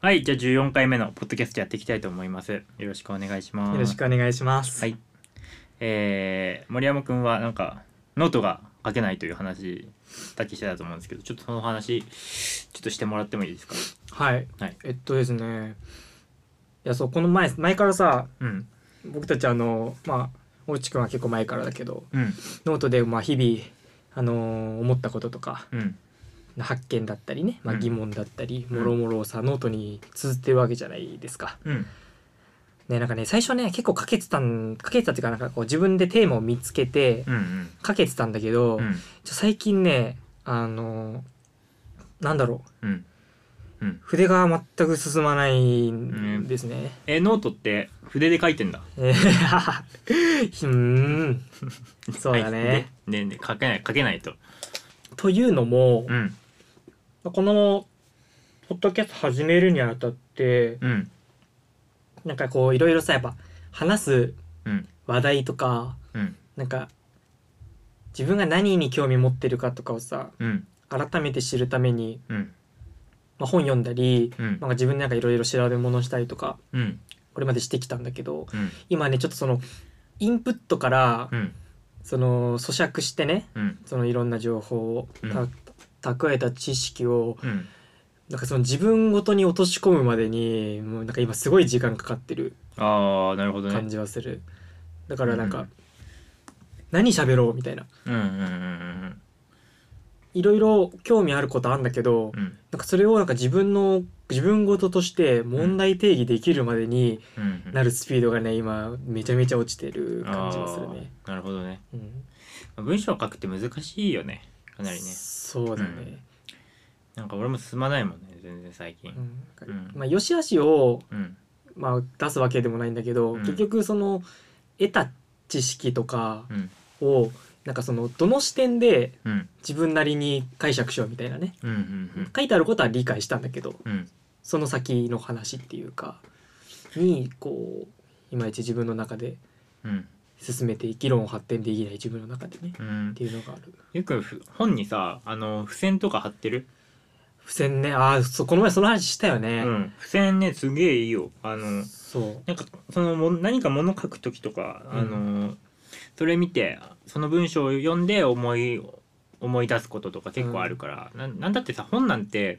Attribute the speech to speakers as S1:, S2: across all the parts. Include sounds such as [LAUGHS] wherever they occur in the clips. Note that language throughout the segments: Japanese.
S1: はい、じゃあ14回目のポッドキャストやっていきたいと思います。よろしくお願いします。
S2: よろしくお願いします。
S1: はい。えー、森山くんはなんかノートが書けないという話だけしてたと思うんですけど、ちょっとその話ちょっとしてもらってもいいですか。
S2: はい。
S1: はい
S2: えっとですね。いや、そう、この前、前からさ、
S1: うん
S2: 僕たち、あの、まあ、大内くんは結構前からだけど、
S1: うん
S2: ノートで、まあ、日々。あのー思ったこととか、
S1: うん
S2: 発見だったりね、まあ、
S1: うん
S2: 疑問だったり、
S1: うん
S2: もろもろをさ、ノートに綴ってるわけじゃないですか。
S1: うん
S2: ね、なんかね、最初ね、結構書けてたん、書けてたっていうか、なんか、こう、自分でテーマを見つけて
S1: うんう、ん
S2: 書けてたんだけど。
S1: うん
S2: ちょ最近ね、あのーなんだろう。
S1: うんうん。
S2: 筆が全く進まないんですね。
S1: えー、ノートって筆で書いてんだ。
S2: えーうー [LAUGHS] んそうだね
S1: はい。でねね書けない書けないと。
S2: というのも
S1: う、ん
S2: このポッドキャスト始めるにあたって
S1: うん
S2: なんかこういろいろさやっぱ話す
S1: うん
S2: 話題とか
S1: うん
S2: なんか自分が何に興味持ってるかとかをさ
S1: うん
S2: 改めて知るために、
S1: うん
S2: まあ、本読んだり
S1: うん
S2: なんか自分でなんかいろいろ調べ物したりとか
S1: うん
S2: これまでしてきたんだけど
S1: うん
S2: 今ねちょっとそのインプットから
S1: うん
S2: その咀嚼してね
S1: うん
S2: そのいろんな情報をた、
S1: うん
S2: 蓄えた知識を
S1: うん。
S2: なんかその自分ごとに落とし込むまでにもうなんか今すごい時間かかってる
S1: ああなるほどね。
S2: 感じはする、だからなんか、
S1: うん
S2: 何喋ろうみたいな
S1: うんうんうんうん
S2: いろいろ興味あることあんだけど、
S1: うん
S2: なんかそれをなんか自分の自分ごととして問題定義できるまでに
S1: うんうん。
S2: なるスピードがね今めちゃめちゃ落ちてる感じがするね。
S1: あーなるほどね。
S2: うん、
S1: 文章を書くって難しいよね。かなりね。
S2: そうだね、
S1: なんか俺も進まないもんね。全然最近
S2: う。んなんか
S1: うん
S2: まあ、よしあしを
S1: うん。
S2: まあ、出すわけでもないんだけど、
S1: うん
S2: 結局その得た知識とか
S1: うん。
S2: をなんかそのどの視点で
S1: うん。
S2: 自分なりに解釈しようみたいなね
S1: うん。うん。
S2: 書いてあることは理解したんだけど
S1: うん。
S2: その先の話っていうかにこういまいち自分の中で
S1: うん。
S2: 進めて議論を発展できない自分の中でね
S1: う
S2: っ
S1: ん。
S2: ていうのがある
S1: よくふ本にさ、あの付箋とか貼ってる。
S2: 付箋ねああこの前その話したよ
S1: う
S2: ね、
S1: ん。付箋ね、すげえいいよ。あの。
S2: そう
S1: なんかそのも何か物書く時とか、
S2: うん
S1: あのそれ見てその文章を読んで思い思い出すこととか結構あるから、なん、なんだってさ本なんて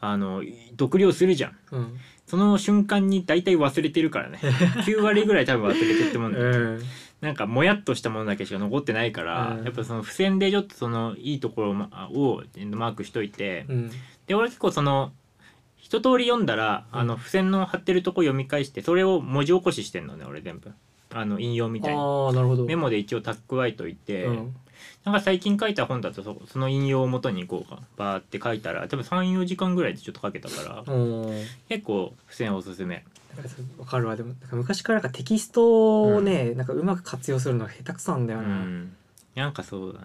S1: あの読量するじゃん
S2: うん、
S1: その瞬間に大体忘れてるから
S2: [LAUGHS]
S1: ね9割ぐらい多分忘れてるってもんだよ、
S2: うん、
S1: なんかもやっとしたものだけしか残ってないから、
S2: うん
S1: やっぱその付箋でちょっとそのいいところをまをマークしといて、
S2: うん、
S1: で俺結構その一通り読んだら、
S2: うん
S1: あの付箋の貼ってるとこ読み返してそれを文字起こししてんのね俺全部あの引用み
S2: あ
S1: たいに
S2: あなるほど
S1: メモで一応蓄えといて、
S2: うん
S1: なんか最近書いた本だとそその引用を元にこうかバーって書いたら多分34時間ぐらいでちょっと書けたから、
S2: うん
S1: 結構付箋おすすめ
S2: なんかそれわかるわでもなんか昔からなんかテキストをね、なんかうまく活用するのが下手くそなんだ
S1: う
S2: よな、
S1: んなんかそうだ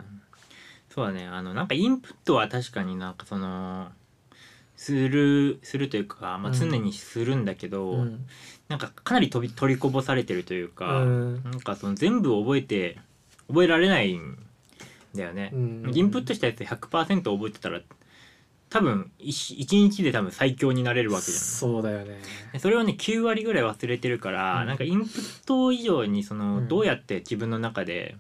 S1: そうだねあのなんかインプットは確かになんかそのするするというか、まあ、常にするんだけど、
S2: うん
S1: なんかかなり飛び取りこぼされてるというか、
S2: うん
S1: なんかその全部覚えて覚えられないんだよね、
S2: うん
S1: インプットしたやつ100%覚えてたら多分一一日で多分最強になれるわけじゃん
S2: そうだよね
S1: でそれをね9割ぐらい忘れてるから、
S2: うん
S1: なんかインプット以上にその、
S2: うん
S1: どうやって自分の中で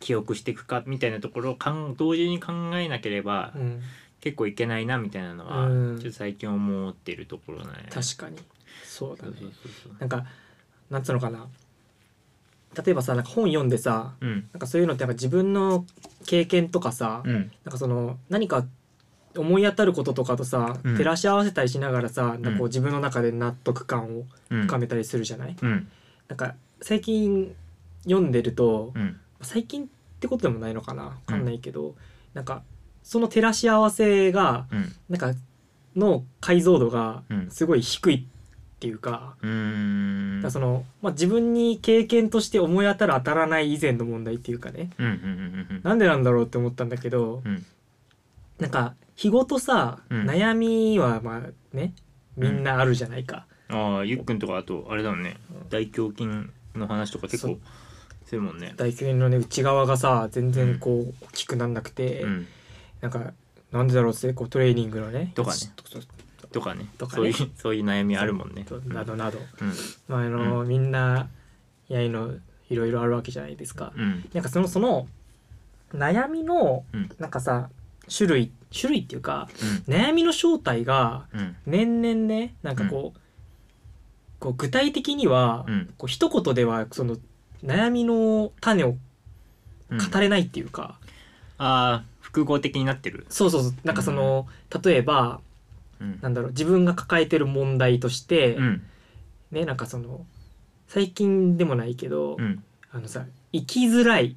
S1: 記憶していくかみたいなところをかん同時に考えなければ
S2: うん
S1: 結構いけないなみたいなのは、
S2: うん
S1: ちょっと最近思ってるところだね。
S2: 確かにそうだ
S1: そう
S2: ね
S1: そうそうそう
S2: なんかなんつうのかな例えばさなんか本読んでさ
S1: うん
S2: なんかそういうのってなんか自分の経験とかさ、
S1: うん
S2: なんかその何か思い当たることとかとさ、
S1: うん
S2: 照らし合わせたりしながらさ、なんかこ
S1: う
S2: うん自分の中で納得感を
S1: うん
S2: 深めたりするじゃない、
S1: うん
S2: なんか最近読んでると、
S1: うん
S2: 最近ってことでもないのかなわかんないけど、なんかその照らし合わせが
S1: うん
S2: なんかの解像度が
S1: うん
S2: すごい低いっていうか,、
S1: うーん
S2: その、まあ、自分に経験として思い当たる当たらない以前の問題っていうかね
S1: うんうんうん
S2: なんでなんだろうって思ったんだけど
S1: うんうん
S2: なんか日ごとさ、
S1: うん
S2: 悩みはまあねみんなあるじゃないか。
S1: ああゆっくんとかあとあれだもんね大胸筋の話とか結構するもんね
S2: 大胸のね内側がさ全然こう、大きくなんなくて、
S1: うん
S2: なんかなんでだろうってこうトレーニングのね
S1: とかね
S2: ちょっとと
S1: とかね
S2: とか
S1: そうい
S2: ね
S1: うそういう悩みあるもんね。
S2: となどなど、
S1: うん
S2: まああのみんなやいのいろいろあるわけじゃないですか。
S1: うん
S2: なんかそのその悩みの
S1: うん
S2: なんかさ種類種類っていうか悩みの正体が
S1: うんうん
S2: 年々ねなんかこう,、こう具体的には、
S1: うん
S2: こう一言ではその悩みの種を
S1: うん
S2: 語れないっていうか、
S1: ああ複合的になってる。
S2: そうそうそうなんかその、例えば
S1: うん
S2: なんだろう自分が抱えてる問題として、
S1: うん
S2: ねなんかその最近でもないけど、
S1: うん
S2: あのさ生きづらい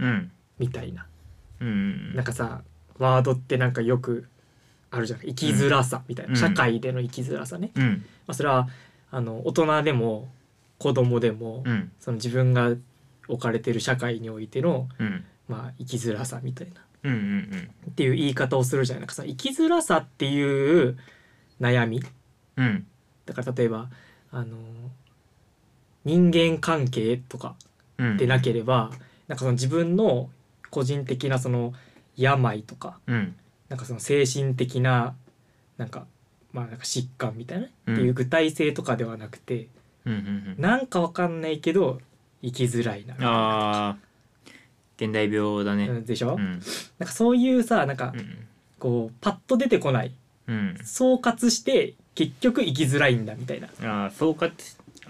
S1: うん
S2: みたいな
S1: うん
S2: なんかさワードってなんかよくあるじゃない生きづらさみたいな、
S1: うん
S2: 社会での生きづらさね、
S1: うん
S2: まあ、それはあの大人でも子供でも、
S1: うん
S2: その自分が置かれてる社会においての、
S1: うん
S2: まあ、生きづらさみたい
S1: う
S2: な
S1: んうん
S2: っていう言い方をするじゃないなんかさ生きづらさっていう悩み
S1: うんうん
S2: だから例えばあの人間関係とか
S1: うん
S2: でなければ、なんかその自分の個人的なその病とか
S1: うん
S2: なんかその精神的ななんかまあなんか疾患みたいなね、
S1: うん
S2: っていう具体性とかではなくて
S1: うんうん
S2: なんかわかんないけど生きづらい
S1: う
S2: なみ
S1: ん
S2: たいな
S1: ああ現代病だ
S2: う
S1: ね。
S2: んでしょ、
S1: うん
S2: なんかそういうさなんか
S1: うん
S2: こうパッと出てこない
S1: うん
S2: 総括して結局生きづらいんだみたいなっ
S1: ああそうか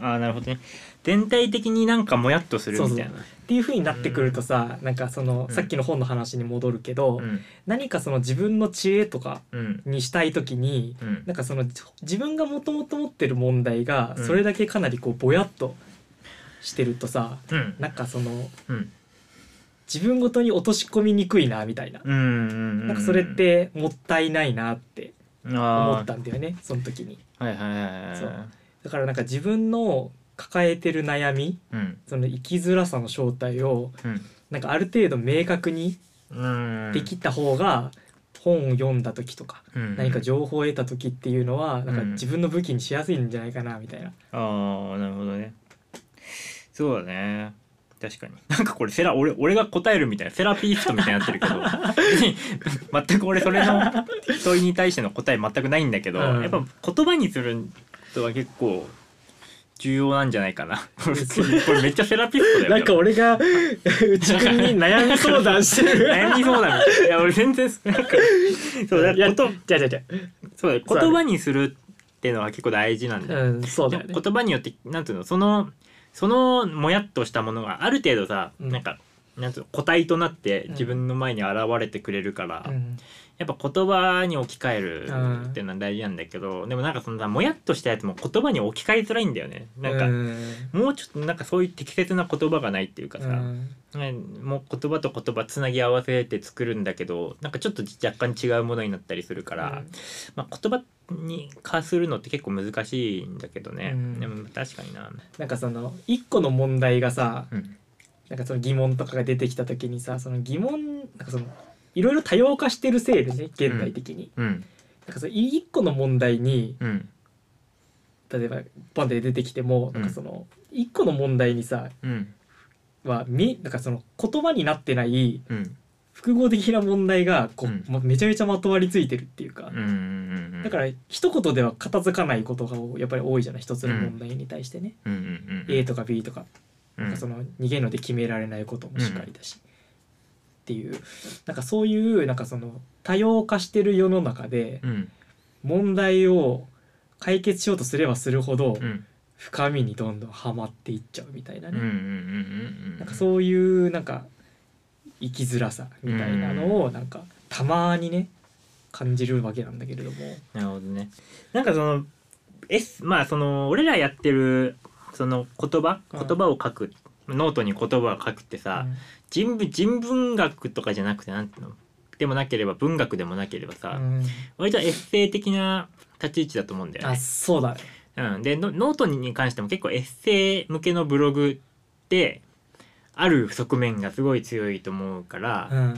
S1: ああなるほどね全体的になんかもやっとするみたいな
S2: ていう風になってくるとさ、なんかその
S1: うん
S2: さっきの本の話に戻るけど、
S1: うん
S2: 何かその自分の知恵とか
S1: うん
S2: にしたい時に
S1: うん
S2: なんかそのじ自分がもともと持ってる問題が
S1: うん
S2: それだけかなりこうぼやっとしてるとさ、
S1: うん
S2: なんかその
S1: うん
S2: 自分ごとに落とし込みにくいなみたいな、
S1: うんうん
S2: なんかそれってもったいないなって思
S1: 思
S2: ったんだよねその時に。
S1: はいはいはいはい
S2: そうだからなんか自分の抱えてる悩み
S1: うん
S2: その生きづらさの正体を
S1: うん
S2: なんかある程度明確に
S1: うん
S2: できた方が本を読んだ時とか
S1: うん
S2: 何か情報を得た時っていうのはなんか
S1: うん
S2: 自分の武器にしやすいんじゃないかなみたいな。
S1: ああなるほどねそうだね確かになんかこれセラ俺俺が答えるみたいなセラピストみたいになってるけど [LAUGHS] 全く俺それの問いに対しての答え全くないんだけど、
S2: うん
S1: やっぱ言葉にすることは結構重要なんじゃないか
S2: [LAUGHS]
S1: なこれこれめっちゃセラピストだよ
S2: なんか俺
S1: [LAUGHS]
S2: が内くんに悩み相談してる。
S1: 悩みそうだみたいいや俺全然なん
S2: [LAUGHS]
S1: か [LAUGHS] そうだ
S2: いや
S1: こと
S2: じゃじゃじゃ。
S1: そうだ言葉にするっていうのは結構大事なんだよ
S2: うん、そうだよ
S1: で
S2: ね
S1: も。言葉によってなんていうのそのそのもやっとしたものがある程度さ、
S2: うん
S1: なんかなんていうの個体となって
S2: うん
S1: 自分の前に現れてくれるから、
S2: うん
S1: やっぱ言葉に置き換え
S2: うん
S1: るっていうのは大事なんだけど、でもなんかそのさもやっとしたやつも言葉に置き換えづらいんだよねなんか、
S2: うん
S1: もうちょっとなんかそういう適切な言葉がないっていうかさ、
S2: うん
S1: ねもう言葉と言葉つなぎ合わせて作るんだけどなんかちょっと若干違うものになったりするから、まあ、言葉に化するのって結構難しいんだけどね、
S2: うん
S1: でも確かにな。
S2: なんかその一個の問題がさ
S1: うん
S2: なんかその疑問とかが出てきた時にさその疑問なんかそのいろいろ多様化してるせいでね現代的に、
S1: うん
S2: なんかその一個の問題に
S1: うん
S2: 例えばバンで出てきても、
S1: うん
S2: なんかその一個の問題にさ
S1: うん
S2: はみなんかその言葉になってない
S1: うん
S2: 複合的な問題がこう、
S1: うん
S2: まめちゃめちゃまとわりついてるっていうか、
S1: うん
S2: だからら一言では片付かないことがやっぱり多いじゃない一つの問題に対してね、
S1: うんうんうん
S2: A とか B とかなんかそ
S1: の
S2: の逃げので決められないこともしっかりだし、っていうなんかそういうなんかその多様化してる世の中で
S1: うん
S2: 問題を解決しようとすればするほど
S1: うん
S2: 深みにどんどんはまっていっちゃうみたいな
S1: うんうんう
S2: ね、
S1: ん
S2: なんかそういうなんか生きづらさみたいなのをなんかたまにね感じるわけなんだけれども、
S1: なるほどねなんかその S まあその俺らやってるその言葉
S2: うん
S1: 言葉を書くノートに言葉を書くってさ人文人文学とかじゃなくてなんていうのでもなければ文学でもなければ
S2: う
S1: さ
S2: ん
S1: 割とエッセイ的な立ち位置だと思うんだよ
S2: あ
S1: ね。
S2: そうだね
S1: うん、でノノートに関しても結構エッセイ向けのブログってある側面がすごい強いと思うから、
S2: うん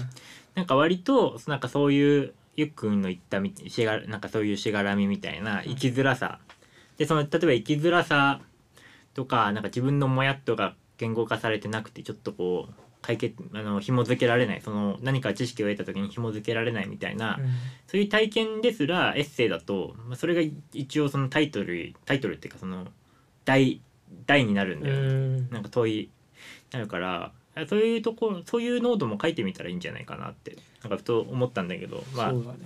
S1: なんか割となんかそういうゆっくんの言ったみしがなんかそういうしがらみみたいな
S2: うん
S1: 生きづらさ、でその例えば生きづらさとかなんか自分のモヤっとが言語化されてなくてちょっとこう解決あの紐付けられないその何か知識を得た時に紐付けられないみたいな、そういう体験ですらエッセイだと、まあ、それが一応そのタイトルタイトルっていうかその題題になるん
S2: う
S1: だよね、
S2: ん
S1: なんか問いなるからあそういうところそういうノートも書いてみたらいいんじゃないかなってなんかふと思ったんだけど、まあ
S2: そうだね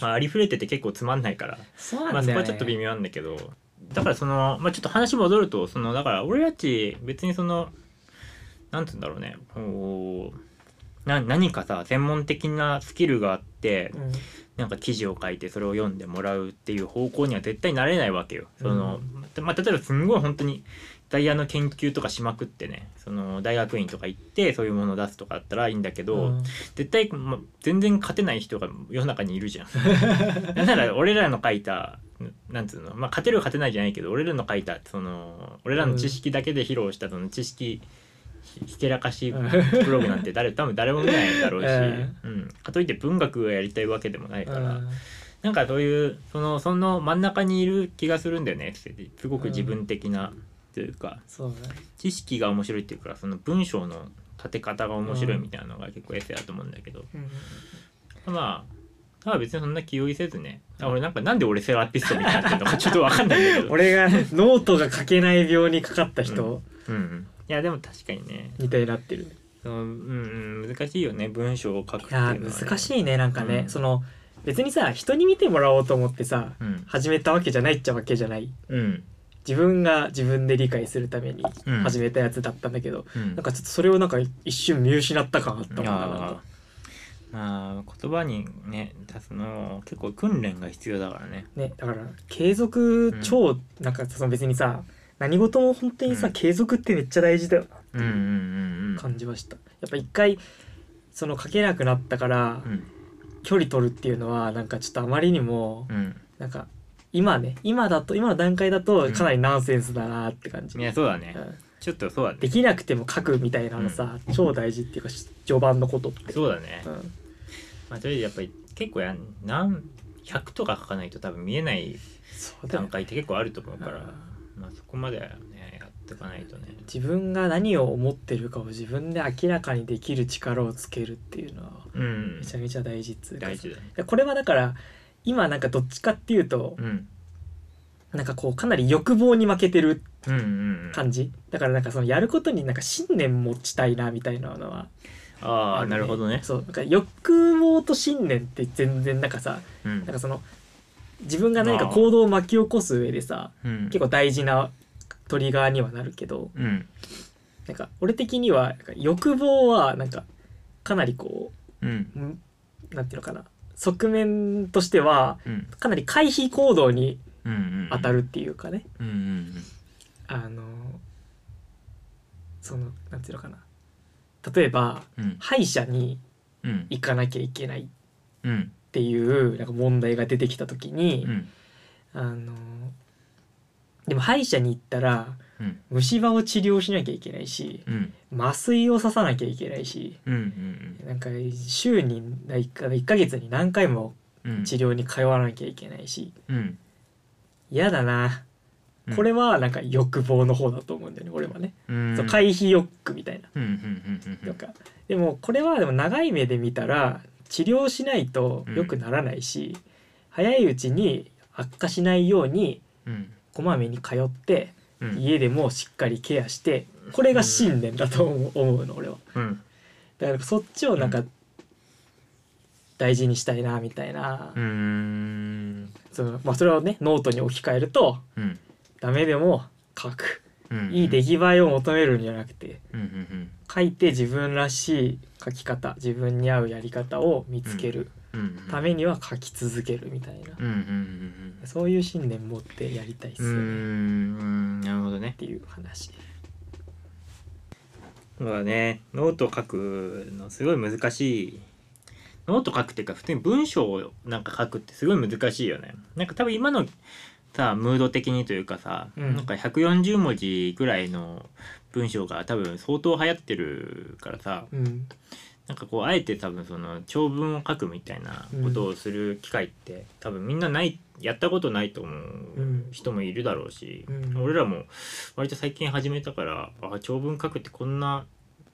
S1: まあ、ありふれてて結構つまんないから
S2: そう
S1: ま
S2: な
S1: あ、
S2: ん
S1: そ
S2: だ
S1: こ
S2: よね
S1: はちょっと微妙なんだけどだからその、まあ、ちょっと話戻るとそのだから俺たち別にそのなんて言うんだろうねこうな何かさ専門的なスキルがあって
S2: うん
S1: なんか記事を書いてそれを読んでもらうっていう方向には絶対なれないわけよ。そのまあ、例えばすんごい本当にダイヤの研究とかしまくってねその大学院とか行ってそういうものを出すとかだったらいいんだけど、
S2: うん
S1: 絶対、ま、全然勝てない人が世の中にいるじゃ
S2: [LAUGHS]
S1: ん。なんなら俺らの書いたなんつうの、まあ、勝てる勝てないじゃないけど俺らの書いたその俺らの知識だけで披露したその知識ひひけらかしブログなんて
S2: [LAUGHS]
S1: 誰多分誰も見ないだろうし、
S2: うん
S1: うん、かといって文学がやりたいわけでもないから、
S2: うん
S1: なんかそういうそのその真ん中にいる気がするんだよねすごく自分的な、というか
S2: そうだね
S1: 知識が面白いっていうかその文章の立て方が面白いみたいなのが結構エッセイだと思うんだけど、
S2: うん
S1: まあただ別にそんな気負いせずねあ俺なんかなんで俺セラピストみたいになってるのかち [LAUGHS] ょっとわかんないんだけど、
S2: 俺がノートが書けない病にかかった人
S1: 人うんうん、いやでも確かにね
S2: みたいになってる、
S1: そのうんうん難しいよね文章を書くっていう
S2: い
S1: のは
S2: や
S1: ね、
S2: ー難しいねなんかね、
S1: うん
S2: その別にさ人に見てもらおうと思ってさ
S1: うん
S2: 始めたわけじゃないっちゃわけじゃない
S1: うん
S2: 自分が自分で理解するために
S1: うん
S2: 始めたやつだったんだけど、
S1: うん
S2: なんかちょっとそれをなんか一瞬見失った感あったも
S1: い
S2: ん
S1: や
S2: な
S1: ーまあ言葉にね出すの結構訓練が必要だからね
S2: ね、だから継続超、なんかその別にさ何事も本当にさ、
S1: うん
S2: 継続ってめっちゃ大事だよなって
S1: うんう
S2: いうん
S1: うんうん
S2: 感じました、やっぱ一回その書けなくなったから
S1: うん
S2: 距離取るっていうのはなんかちょっとあまりにも
S1: うん
S2: なんか今ね今だと今の段階だとかなりナンセンスだなって感じ、
S1: いやそうだ
S2: う
S1: ね
S2: ん
S1: ちょっとそうだね
S2: できなくても書くみたいなのさ、超大事っていうか序盤のことって
S1: そうだね
S2: うん
S1: まあとりあえずやっぱり結構やん何100とか書かないと多分見えない
S2: そうだよ
S1: 段
S2: ね
S1: 階って結構あると思うから、
S2: う
S1: まあ、そこまではねやっていかないとね
S2: 自分が何を思ってるかを自分で明らかにできる力をつけるっていうのは
S1: うん
S2: めちゃめちゃ大事っつうか
S1: 大事だね
S2: いやこれはだから今なんかどっちかっていうと
S1: う、ん
S2: なんかこうかなり欲望に負けてる
S1: うんうんうん
S2: 感じだからなんかそのやることになんか信念持ちたいなみたいなのは
S1: ああ
S2: るね
S1: なるほどね
S2: そうなんか欲望と信念って全然なんかさ
S1: うん
S2: なんかその自分が何か行動を巻き起こす上でさ
S1: うん
S2: 結構大事なトリガーにはなるけど
S1: うん
S2: なんか俺的にはなんか欲望はなんかかなりこ
S1: うん
S2: ううんなんていうのかな側面としては
S1: うん
S2: かなり回避行動に
S1: うんうん
S2: 当たるっていうかね、
S1: うんうん
S2: あのそのなんていうのかな例えば
S1: うん
S2: 歯医者に
S1: うん
S2: 行かなきゃいけないっ
S1: うん
S2: ていうなんか問題が出てきた時に、
S1: うん
S2: あのでも歯医者に行ったら
S1: うん
S2: 虫歯を治療しなきゃいけないし
S1: うん
S2: 麻酔を刺さなきゃいけないし
S1: うんうん
S2: なんか週に1か1ヶ月に何回も
S1: うん
S2: 治療に通わなきゃいけないし
S1: うん
S2: 嫌だな
S1: うん
S2: これはなんか欲望の方だと思うんだよね俺はね、
S1: うん
S2: そう回避欲求みたいな。
S1: うんうんうんうん
S2: なんかでもこれはでも長い目で見たら治療しないと良くならないし、早いうちに悪化しないように
S1: うん
S2: こまめに通って
S1: うん
S2: 家でもしっかりケアしてこれが信念だと思う思うの俺は。
S1: うん
S2: だからそっちをなん
S1: う
S2: か大事にしたいなみたいな、
S1: うーん
S2: そのまあ、それをねノートに置き換えると
S1: うん
S2: ダメでも書く
S1: うん
S2: いい出来栄えを求めるんじゃなくて
S1: うんうん
S2: 書いて自分らしい書き方自分に合うやり方を見つける
S1: うんうん
S2: ためには書き続けるみたいな、
S1: うんうんうん
S2: そういう信念持ってやりたいっす
S1: うんう
S2: よね
S1: ん
S2: っ
S1: うんなるほどね
S2: ていう話
S1: そうだねノート書くのすごい難しいノート書くっていうか普通に文章をなんか書くってすごい難しいよねなんか多分今のさムード的にというかさ、
S2: うん
S1: なんか140文字ぐらいの文章が多分相当流行ってるからさ
S2: うん
S1: なんかこうあえて多分その長文を書くみたいなことをする機会って、多分みんなないやったことないと思
S2: う
S1: うん人もいるだろうし、
S2: うん
S1: 俺らも割と最近始めたからあ長文書くってこんな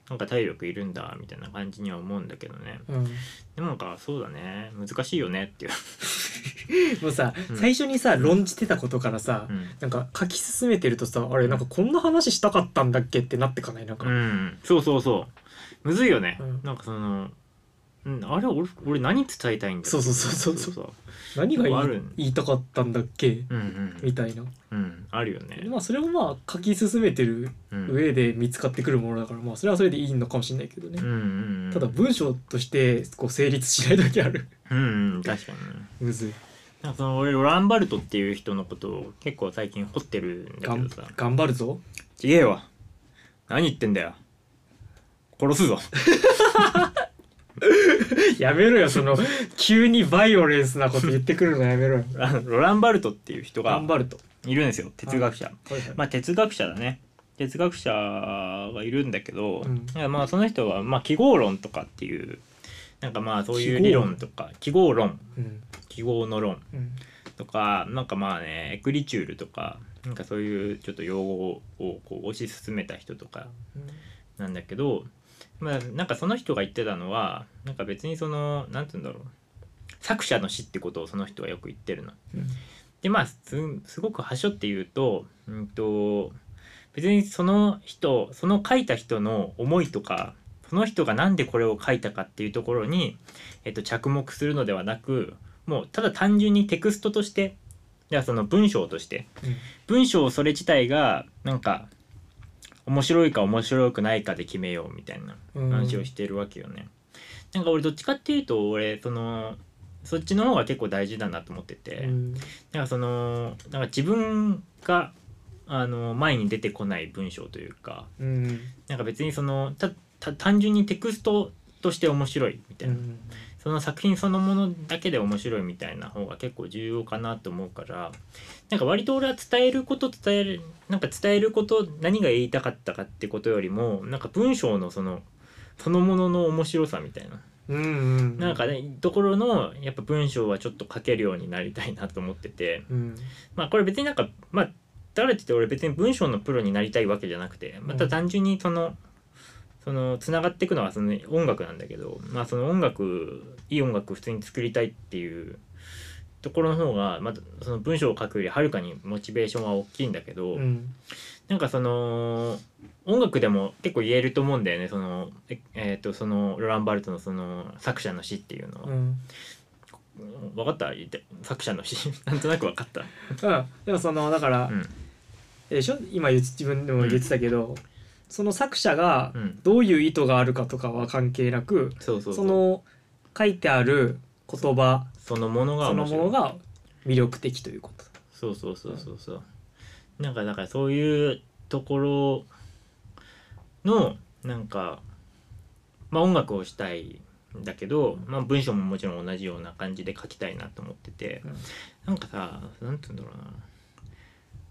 S1: なんか体力いるんだみたいな感じには思うんだけどね
S2: うん、も
S1: でもなんかそうだね難しいよねっていう、
S2: うさ、
S1: うん
S2: 最初にさ論じてたことからさ、
S1: うん
S2: なんか書き進めてるとさあれなんかこんな話したかったんだっけってなってかないなんか、
S1: うん、そうそうそうむずいよね、
S2: うん
S1: なんかその、うん、あれ俺俺何伝えたいんだ
S2: そうそうそうそう
S1: そう
S2: 何が言い
S1: あるん
S2: 言いたかったんだっけ
S1: うんうん
S2: みたいな、
S1: うんあるよね、
S2: まあそれもまあ書き進めてる
S1: うん、
S2: 上で見つかってくるものだからまあそれはそれでいいのかもしれないけどね、
S1: うんうんうん
S2: ただ文章としてこう成立しないだけある [LAUGHS]
S1: うん、うん、確かにね
S2: むずい
S1: なんかその俺ロランバルトっていう人のことを結構最近掘ってるんだ
S2: が
S1: けど
S2: ん
S1: さ
S2: 頑張るぞ [LAUGHS]
S1: ちげえわ何言ってんだよ殺すぞ
S2: やめろよ
S1: [LAUGHS]
S2: その急にバイオレンスなこと言ってくるのやめろよ
S1: あの [LAUGHS] ロランバルトっていう人が
S2: 頑張ると、
S1: いるんですよ哲学者
S2: はいはい
S1: まあ哲学者だね哲学者がいるんだけど、
S2: うん
S1: なんかまあその人はまあ記号論とかっていうなんかまあそういう
S2: 記
S1: 理
S2: 号
S1: 論とか記号論
S2: うん
S1: 記号の論
S2: うん
S1: とかなんかまあねエクリチュールとかなんかそういうちょっと用語をこう推し進めた人とかなんだけど、まあ、なんかその人が言ってたのはなんか別にそのなんて言うんだろう作者の死ってことをその人はよく言ってるの。
S2: うん
S1: でまあすすごく端折って言うと,、うん、と別にその人その書いた人の思いとかその人がなんでこれを書いたかっていうところに、えっと、着目するのではなくもうただ単純にテクストとしてじゃあその文章として
S2: うん
S1: 文章それ自体がなんか面白いか面白くないかで決めようみたいな
S2: うん
S1: 話をしてるわけよね。なんか俺どっちかっていうと俺そのそっちの方が結構大事だなと思ってて。
S2: うん
S1: なんかそのなんか自分があの前に出てこない文章というか
S2: うん
S1: なんか別にそのたた単純にテクストとして面白いみた
S2: う
S1: いな、
S2: ん
S1: その作品そのものだけで面白いみたいな方が結構重要かなと思うからなんか割と俺は伝えること伝えるなんか伝えること何が言いたかったかってことよりもなんか文章のそのそのものの面白さみたいな
S2: うんうん
S1: なんかねところのやっぱ文章はちょっと書けるようになりたいなと思ってて。
S2: うん
S1: まあこれ別になんかまあだからって言って俺別に文章のプロになりたいわけじゃなくてまた単純にその、そのつながっていくのはその音楽なんだけどまあその音楽いい音楽普通に作りたいっていうところの方がまたその文章を書くよりはるかにモチベーションは大きいんだけど、
S2: うん
S1: なんかその音楽でも結構言えると思うんだよねそのええーとそのロランバルトのその作者の詩っていうのは、
S2: うん
S1: 分かった言って作者の詩 [LAUGHS] なんとなく分かった、
S2: うんでもそのだから、
S1: うん
S2: でしょ今言う自分でも言ってたけど、その作者が
S1: うん、
S2: どういう意図があるかとかは関係なく、
S1: そうそう
S2: その書いてある言葉
S1: そのものが
S2: その
S1: 面白
S2: も
S1: い
S2: のが魅力的ということ。
S1: そうそうそうそうそう、なんかだからそういうところのなんかまあ音楽をしたいんだけど、まあ、文章ももちろん同じような感じで書きたいなと思ってて、
S2: うん
S1: なんかさなんて言うんだろう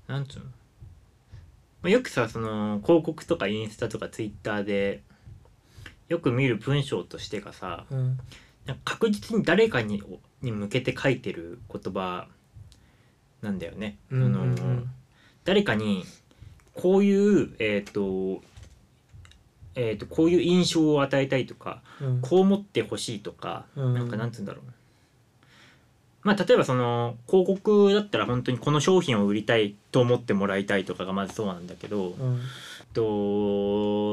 S1: ななんて言うの、まあ、よくさその広告とかインスタとかツイッターでよく見る文章としてがさ、
S2: うん
S1: なんか確実に誰かにに向けて書いてる言葉なんだよね。
S2: うんうんうん
S1: あの誰かにこういうえっ、とえっ、とこういう印象を与えたいとか
S2: うん
S1: こう思ってほしいとか、
S2: うん
S1: なんかなんつうんだろう。まあ例えばその広告だったら本当にこの商品を売りたいと思ってもらいたいとかがまずそうなんだけど、
S2: うん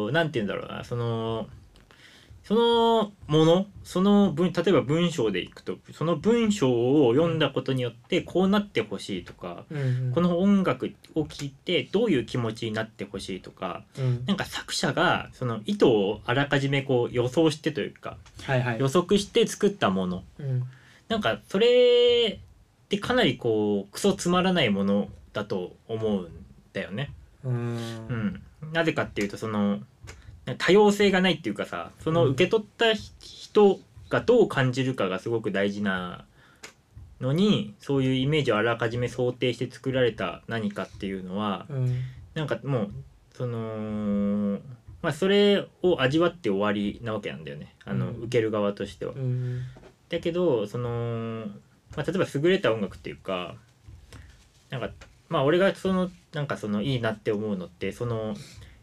S1: となんて言うんだろうなそのそのものその文例えば文章でいくとその文章を読んだことによってこうなってほしいとか、
S2: うん
S1: この音楽を聴いてどういう気持ちになってほしいとか
S2: うん
S1: なんか作者がその意図をあらかじめこう予想してというか
S2: はいはい
S1: 予測して作ったもの
S2: うん
S1: なんかそれってかなりこうクソつまらないものだと思うんだよね。
S2: うん
S1: うん、なぜかっていうとその多様性がないっていうかさその受け取ったひ人がどう感じるかがすごく大事なのにそういうイメージをあらかじめ想定して作られた何かっていうのは
S2: うん
S1: なんかもうそのまあそれを味わって終わりなわけなんだよねあの、
S2: うん
S1: 受ける側としては
S2: う。ん
S1: だけどその、まあ、例えば優れた音楽っていうかなんかまあ俺がそのなんかそのいいなって思うのってその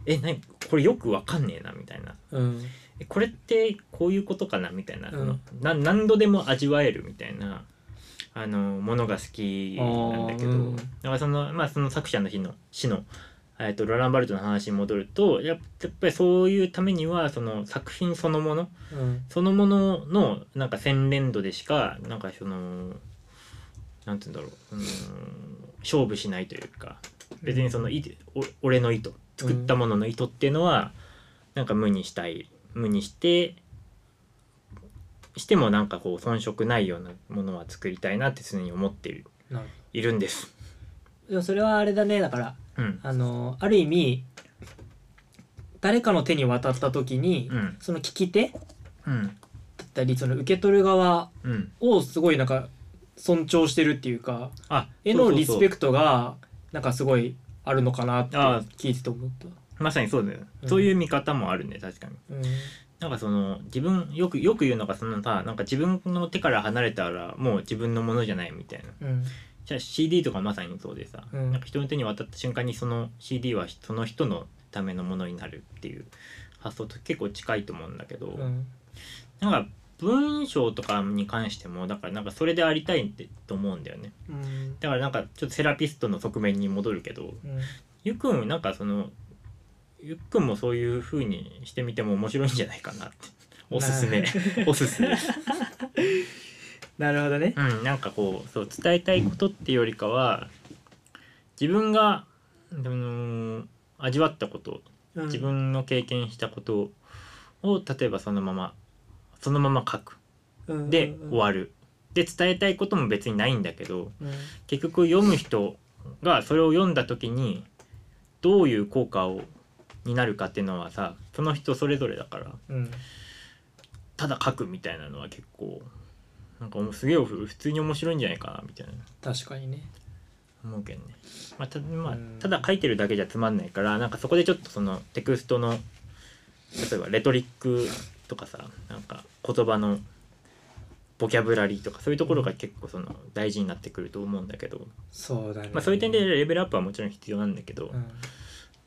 S1: え何これよくわかんねえなみたいな
S2: うん
S1: えこれってこういうことかなみたいな,、
S2: うん
S1: そのな何度でも味わえるみたいなあのものが好きなんだけど、
S2: あーうん
S1: だからその,、まあ、その作者の日の死の、えっとロランバルトの話に戻るとやっやっぱりそういうためにはその作品そのもの
S2: うん
S1: そのもののなんか洗練度でしかなんかそのなんて言うんだろう、うん、勝負しないというか別にそのいお俺の意図作ったものの意図っていうのは、なんか無にしたい無にしてしてもなんかこう遜色ないようなものは作りたいなって常に思っている
S2: なるほ
S1: いるんです。
S2: どでもそれはあれだねだから
S1: うん
S2: あのある意味誰かの手に渡った時に、
S1: うん
S2: その聞き手だ
S1: うん
S2: ったりその受け取る側
S1: うん、
S2: をすごいなんか尊重してるっていうか
S1: あ
S2: 絵のリスペ
S1: ク
S2: クトがなんかすごいあるのかなって
S1: ああ
S2: 聞いてて思った。
S1: まさにそうだよ、
S2: うん
S1: そういう見方もあるね確かに。なんかその自分よくよく言うのがそのさなんか自分の手から離れたらもう自分のものじゃないみたいな
S2: うんうん
S1: じゃあ CD とかまさにそうでさ、
S2: うん
S1: なんか人の手に渡った瞬間にその CD はその人のためのものになるっていう発想と結構近いと思うんだけど、
S2: うん
S1: なんか文章とかに関してもだからなんかそれでありたいってと思うんだよね
S2: うん
S1: だからなんかちょっとセラピストの側面に戻るけど
S2: うん
S1: ゆっくんなんかそのゆっくんもそういう風にしてみても面白いんじゃないかなっておすすめ
S2: な
S1: [LAUGHS] おすすめ
S2: なるほどね。
S1: うん、なんかこうそう伝えたいことっていうよりかは自分が、あのー味わったこと
S2: うん
S1: 自分の経験したことを例えばそのままそのまま書くで終
S2: る。
S1: わるで伝えたいことも別にないんだけど
S2: うん
S1: 結局読む人がそれを読んだ時にどういう効果をになるかっていうのはさその人それぞれだから
S2: うん
S1: ただ書くみたいなのは結構なんかすげえ普通に面白いんじゃないかなみたいな。
S2: 確かにね。
S1: 思うけどね、まあたまあ
S2: うん、
S1: ただ書いてるだけじゃつまんないからなんかそこでちょっとそのテクストの例えばレトリックとかさなんか言葉のボキャブラリーとかそういうところが結構その大事になってくると思うんだけど、
S2: そうだね。
S1: まあ、そういう点でレベルアップはもちろん必要なんだけど、
S2: うん。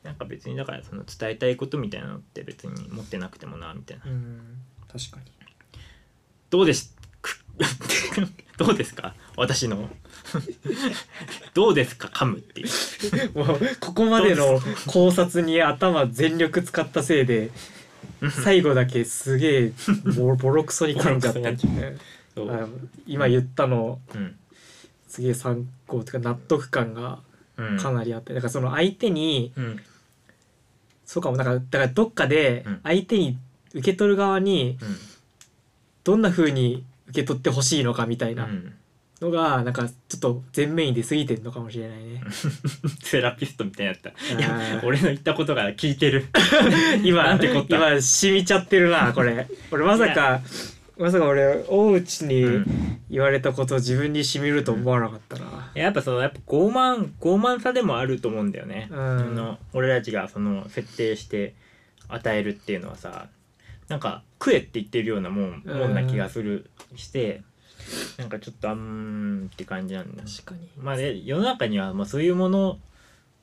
S1: なんか別にだからその伝えたいことみたいなのって別に持ってなくてもなみたいな、
S2: うん。確かに。
S1: どうです [LAUGHS] どうですか私の [LAUGHS] どうですか噛むっていう
S2: [LAUGHS] もうここまで
S1: ど
S2: の考察に頭全力使ったせい [LAUGHS] で最後だけすげえボボロクソに噛んじゃった
S1: ボロクソにそう、
S2: あ今言ったの
S1: うん
S2: すげえ参考というか納得感が
S1: うん
S2: かなりあってだからその相手に
S1: うん
S2: そうかもなんかだからどっかで
S1: うん
S2: 相手に受け取る側に
S1: うん、
S2: どんな風に受け取ってほしいのかみたいうなんのがなんかちょっと全面に出過ぎてんのかもしれないね。
S1: セラピストみたいになやったい
S2: あ
S1: や
S2: ー
S1: 俺の言ったことが聞いてるな
S2: 今
S1: んてこった
S2: 今染みちゃってるなこれ俺まさかまさか俺大内に言われたことを自分に染みると思わなかったな
S1: やっぱそのやっぱ傲慢傲慢さでもあると思うんだよね、
S2: うん
S1: あの俺たちがその設定して与えるっていうのはさなんか食えって言ってるようなもん,、
S2: うん
S1: もんな気がするしてなんかちょっとあんって感じなんだし、
S2: 確かに
S1: まあね、世の中にはまあそういうもの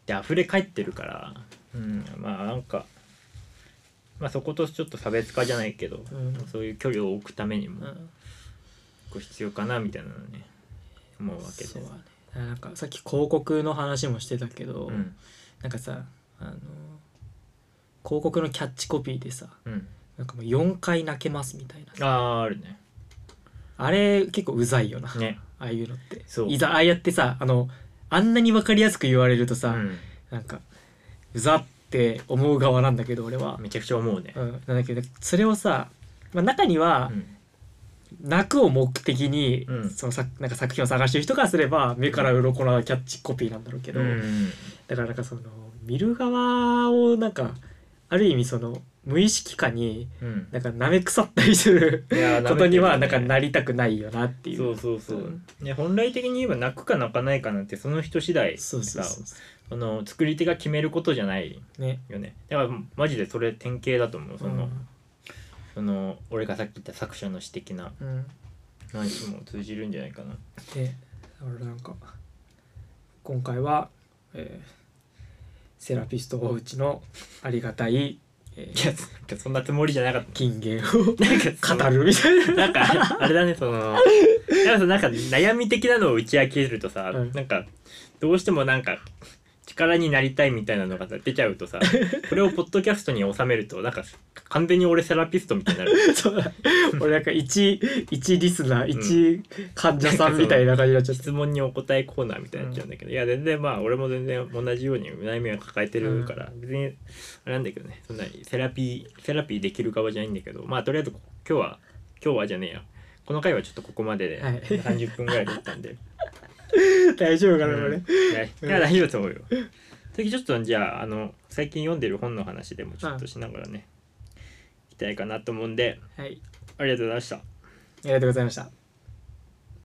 S1: で溢れ返ってるから、うん、まあなんか、まあ、そことちょっと差別化じゃないけど、
S2: うん
S1: そういう距離を置くためにも、
S2: うん
S1: こう必要かなみたいなのね思うわけです
S2: そうだねなんかさっき広告の話もしてたけど、
S1: うん
S2: なんかさあの広告のキャッチコピーでさ
S1: うん
S2: なんかもう4回泣けますみたいな
S1: あああるね
S2: あれ結構うざいよな、
S1: ね
S2: ああいうのって
S1: そう
S2: いざああやってさあのあんなに分かりやすく言われるとさ、
S1: うん
S2: なんかうざって思う側なんだけど俺は、
S1: めちゃくちゃ思うね
S2: うん、なんだけどそれをさ、まあ、中には
S1: うん
S2: 泣くを目的に、
S1: うん
S2: そのさなんか作品を探してる人からすれば目から鱗なキャッチコピーなんだろうけど、
S1: うん
S2: だからなんかその見る側をなんかある意味その無意識化に
S1: うん
S2: なんか舐め腐ったりする
S1: いやー
S2: ことには
S1: 舐めてる
S2: なん
S1: よ
S2: か
S1: ね
S2: なりたくないよなっていう。
S1: そうそうそう、
S2: うん
S1: ね本来的に言えば泣くか泣かないかなんてその人次第さ
S2: そうそうそう
S1: その作り手が決めることじゃない
S2: ね。
S1: よねだからマジでそれ典型だと思うその、
S2: うん
S1: その俺がさっき言った作者の詩的な
S2: うん
S1: 話も通じるんじゃないかな
S2: で俺なんか今回は、えーセラピスト大内のありがたい、え
S1: いや [LAUGHS] なんかそんなつもりじゃなかっ
S2: 金言を
S1: たなんかその
S2: 語るみたいな。
S1: [LAUGHS] なん
S2: [LAUGHS]
S1: かあれだねそのやっぱそのなんか悩み的なのを打ち明けるとさ、
S2: うん
S1: なんかどうしてもなんか力になりたいみたいなのがさ出ちゃうと
S2: [LAUGHS]
S1: さそれをポッドキャストに収めるとなんか完全に俺セラピストみたいになる
S2: [LAUGHS] そうだ俺なんか一一リスナー一患者さんみたいな感じになっちゃって
S1: 質問にお答えコーナーみたいになっちゃうんだけど、いや全然まあ俺も全然同じように悩みは抱えてるから、別にあれなんだけどねそんなにセラピーセラピーできる側じゃないんだけどまあとりあえずこ今日は今日はじゃねえやこの回はちょっとここまでで、
S2: はい
S1: 30分ぐらいでったんで。
S2: 大丈夫かな、
S1: うん
S2: 俺
S1: ねいや大丈夫だと思うよ。次ちょっとじゃああの最近読んでる本の話でもちょっとしながらね、いきたいかなと思うんで
S2: はい
S1: ありがとうございました。
S2: ありがとうございました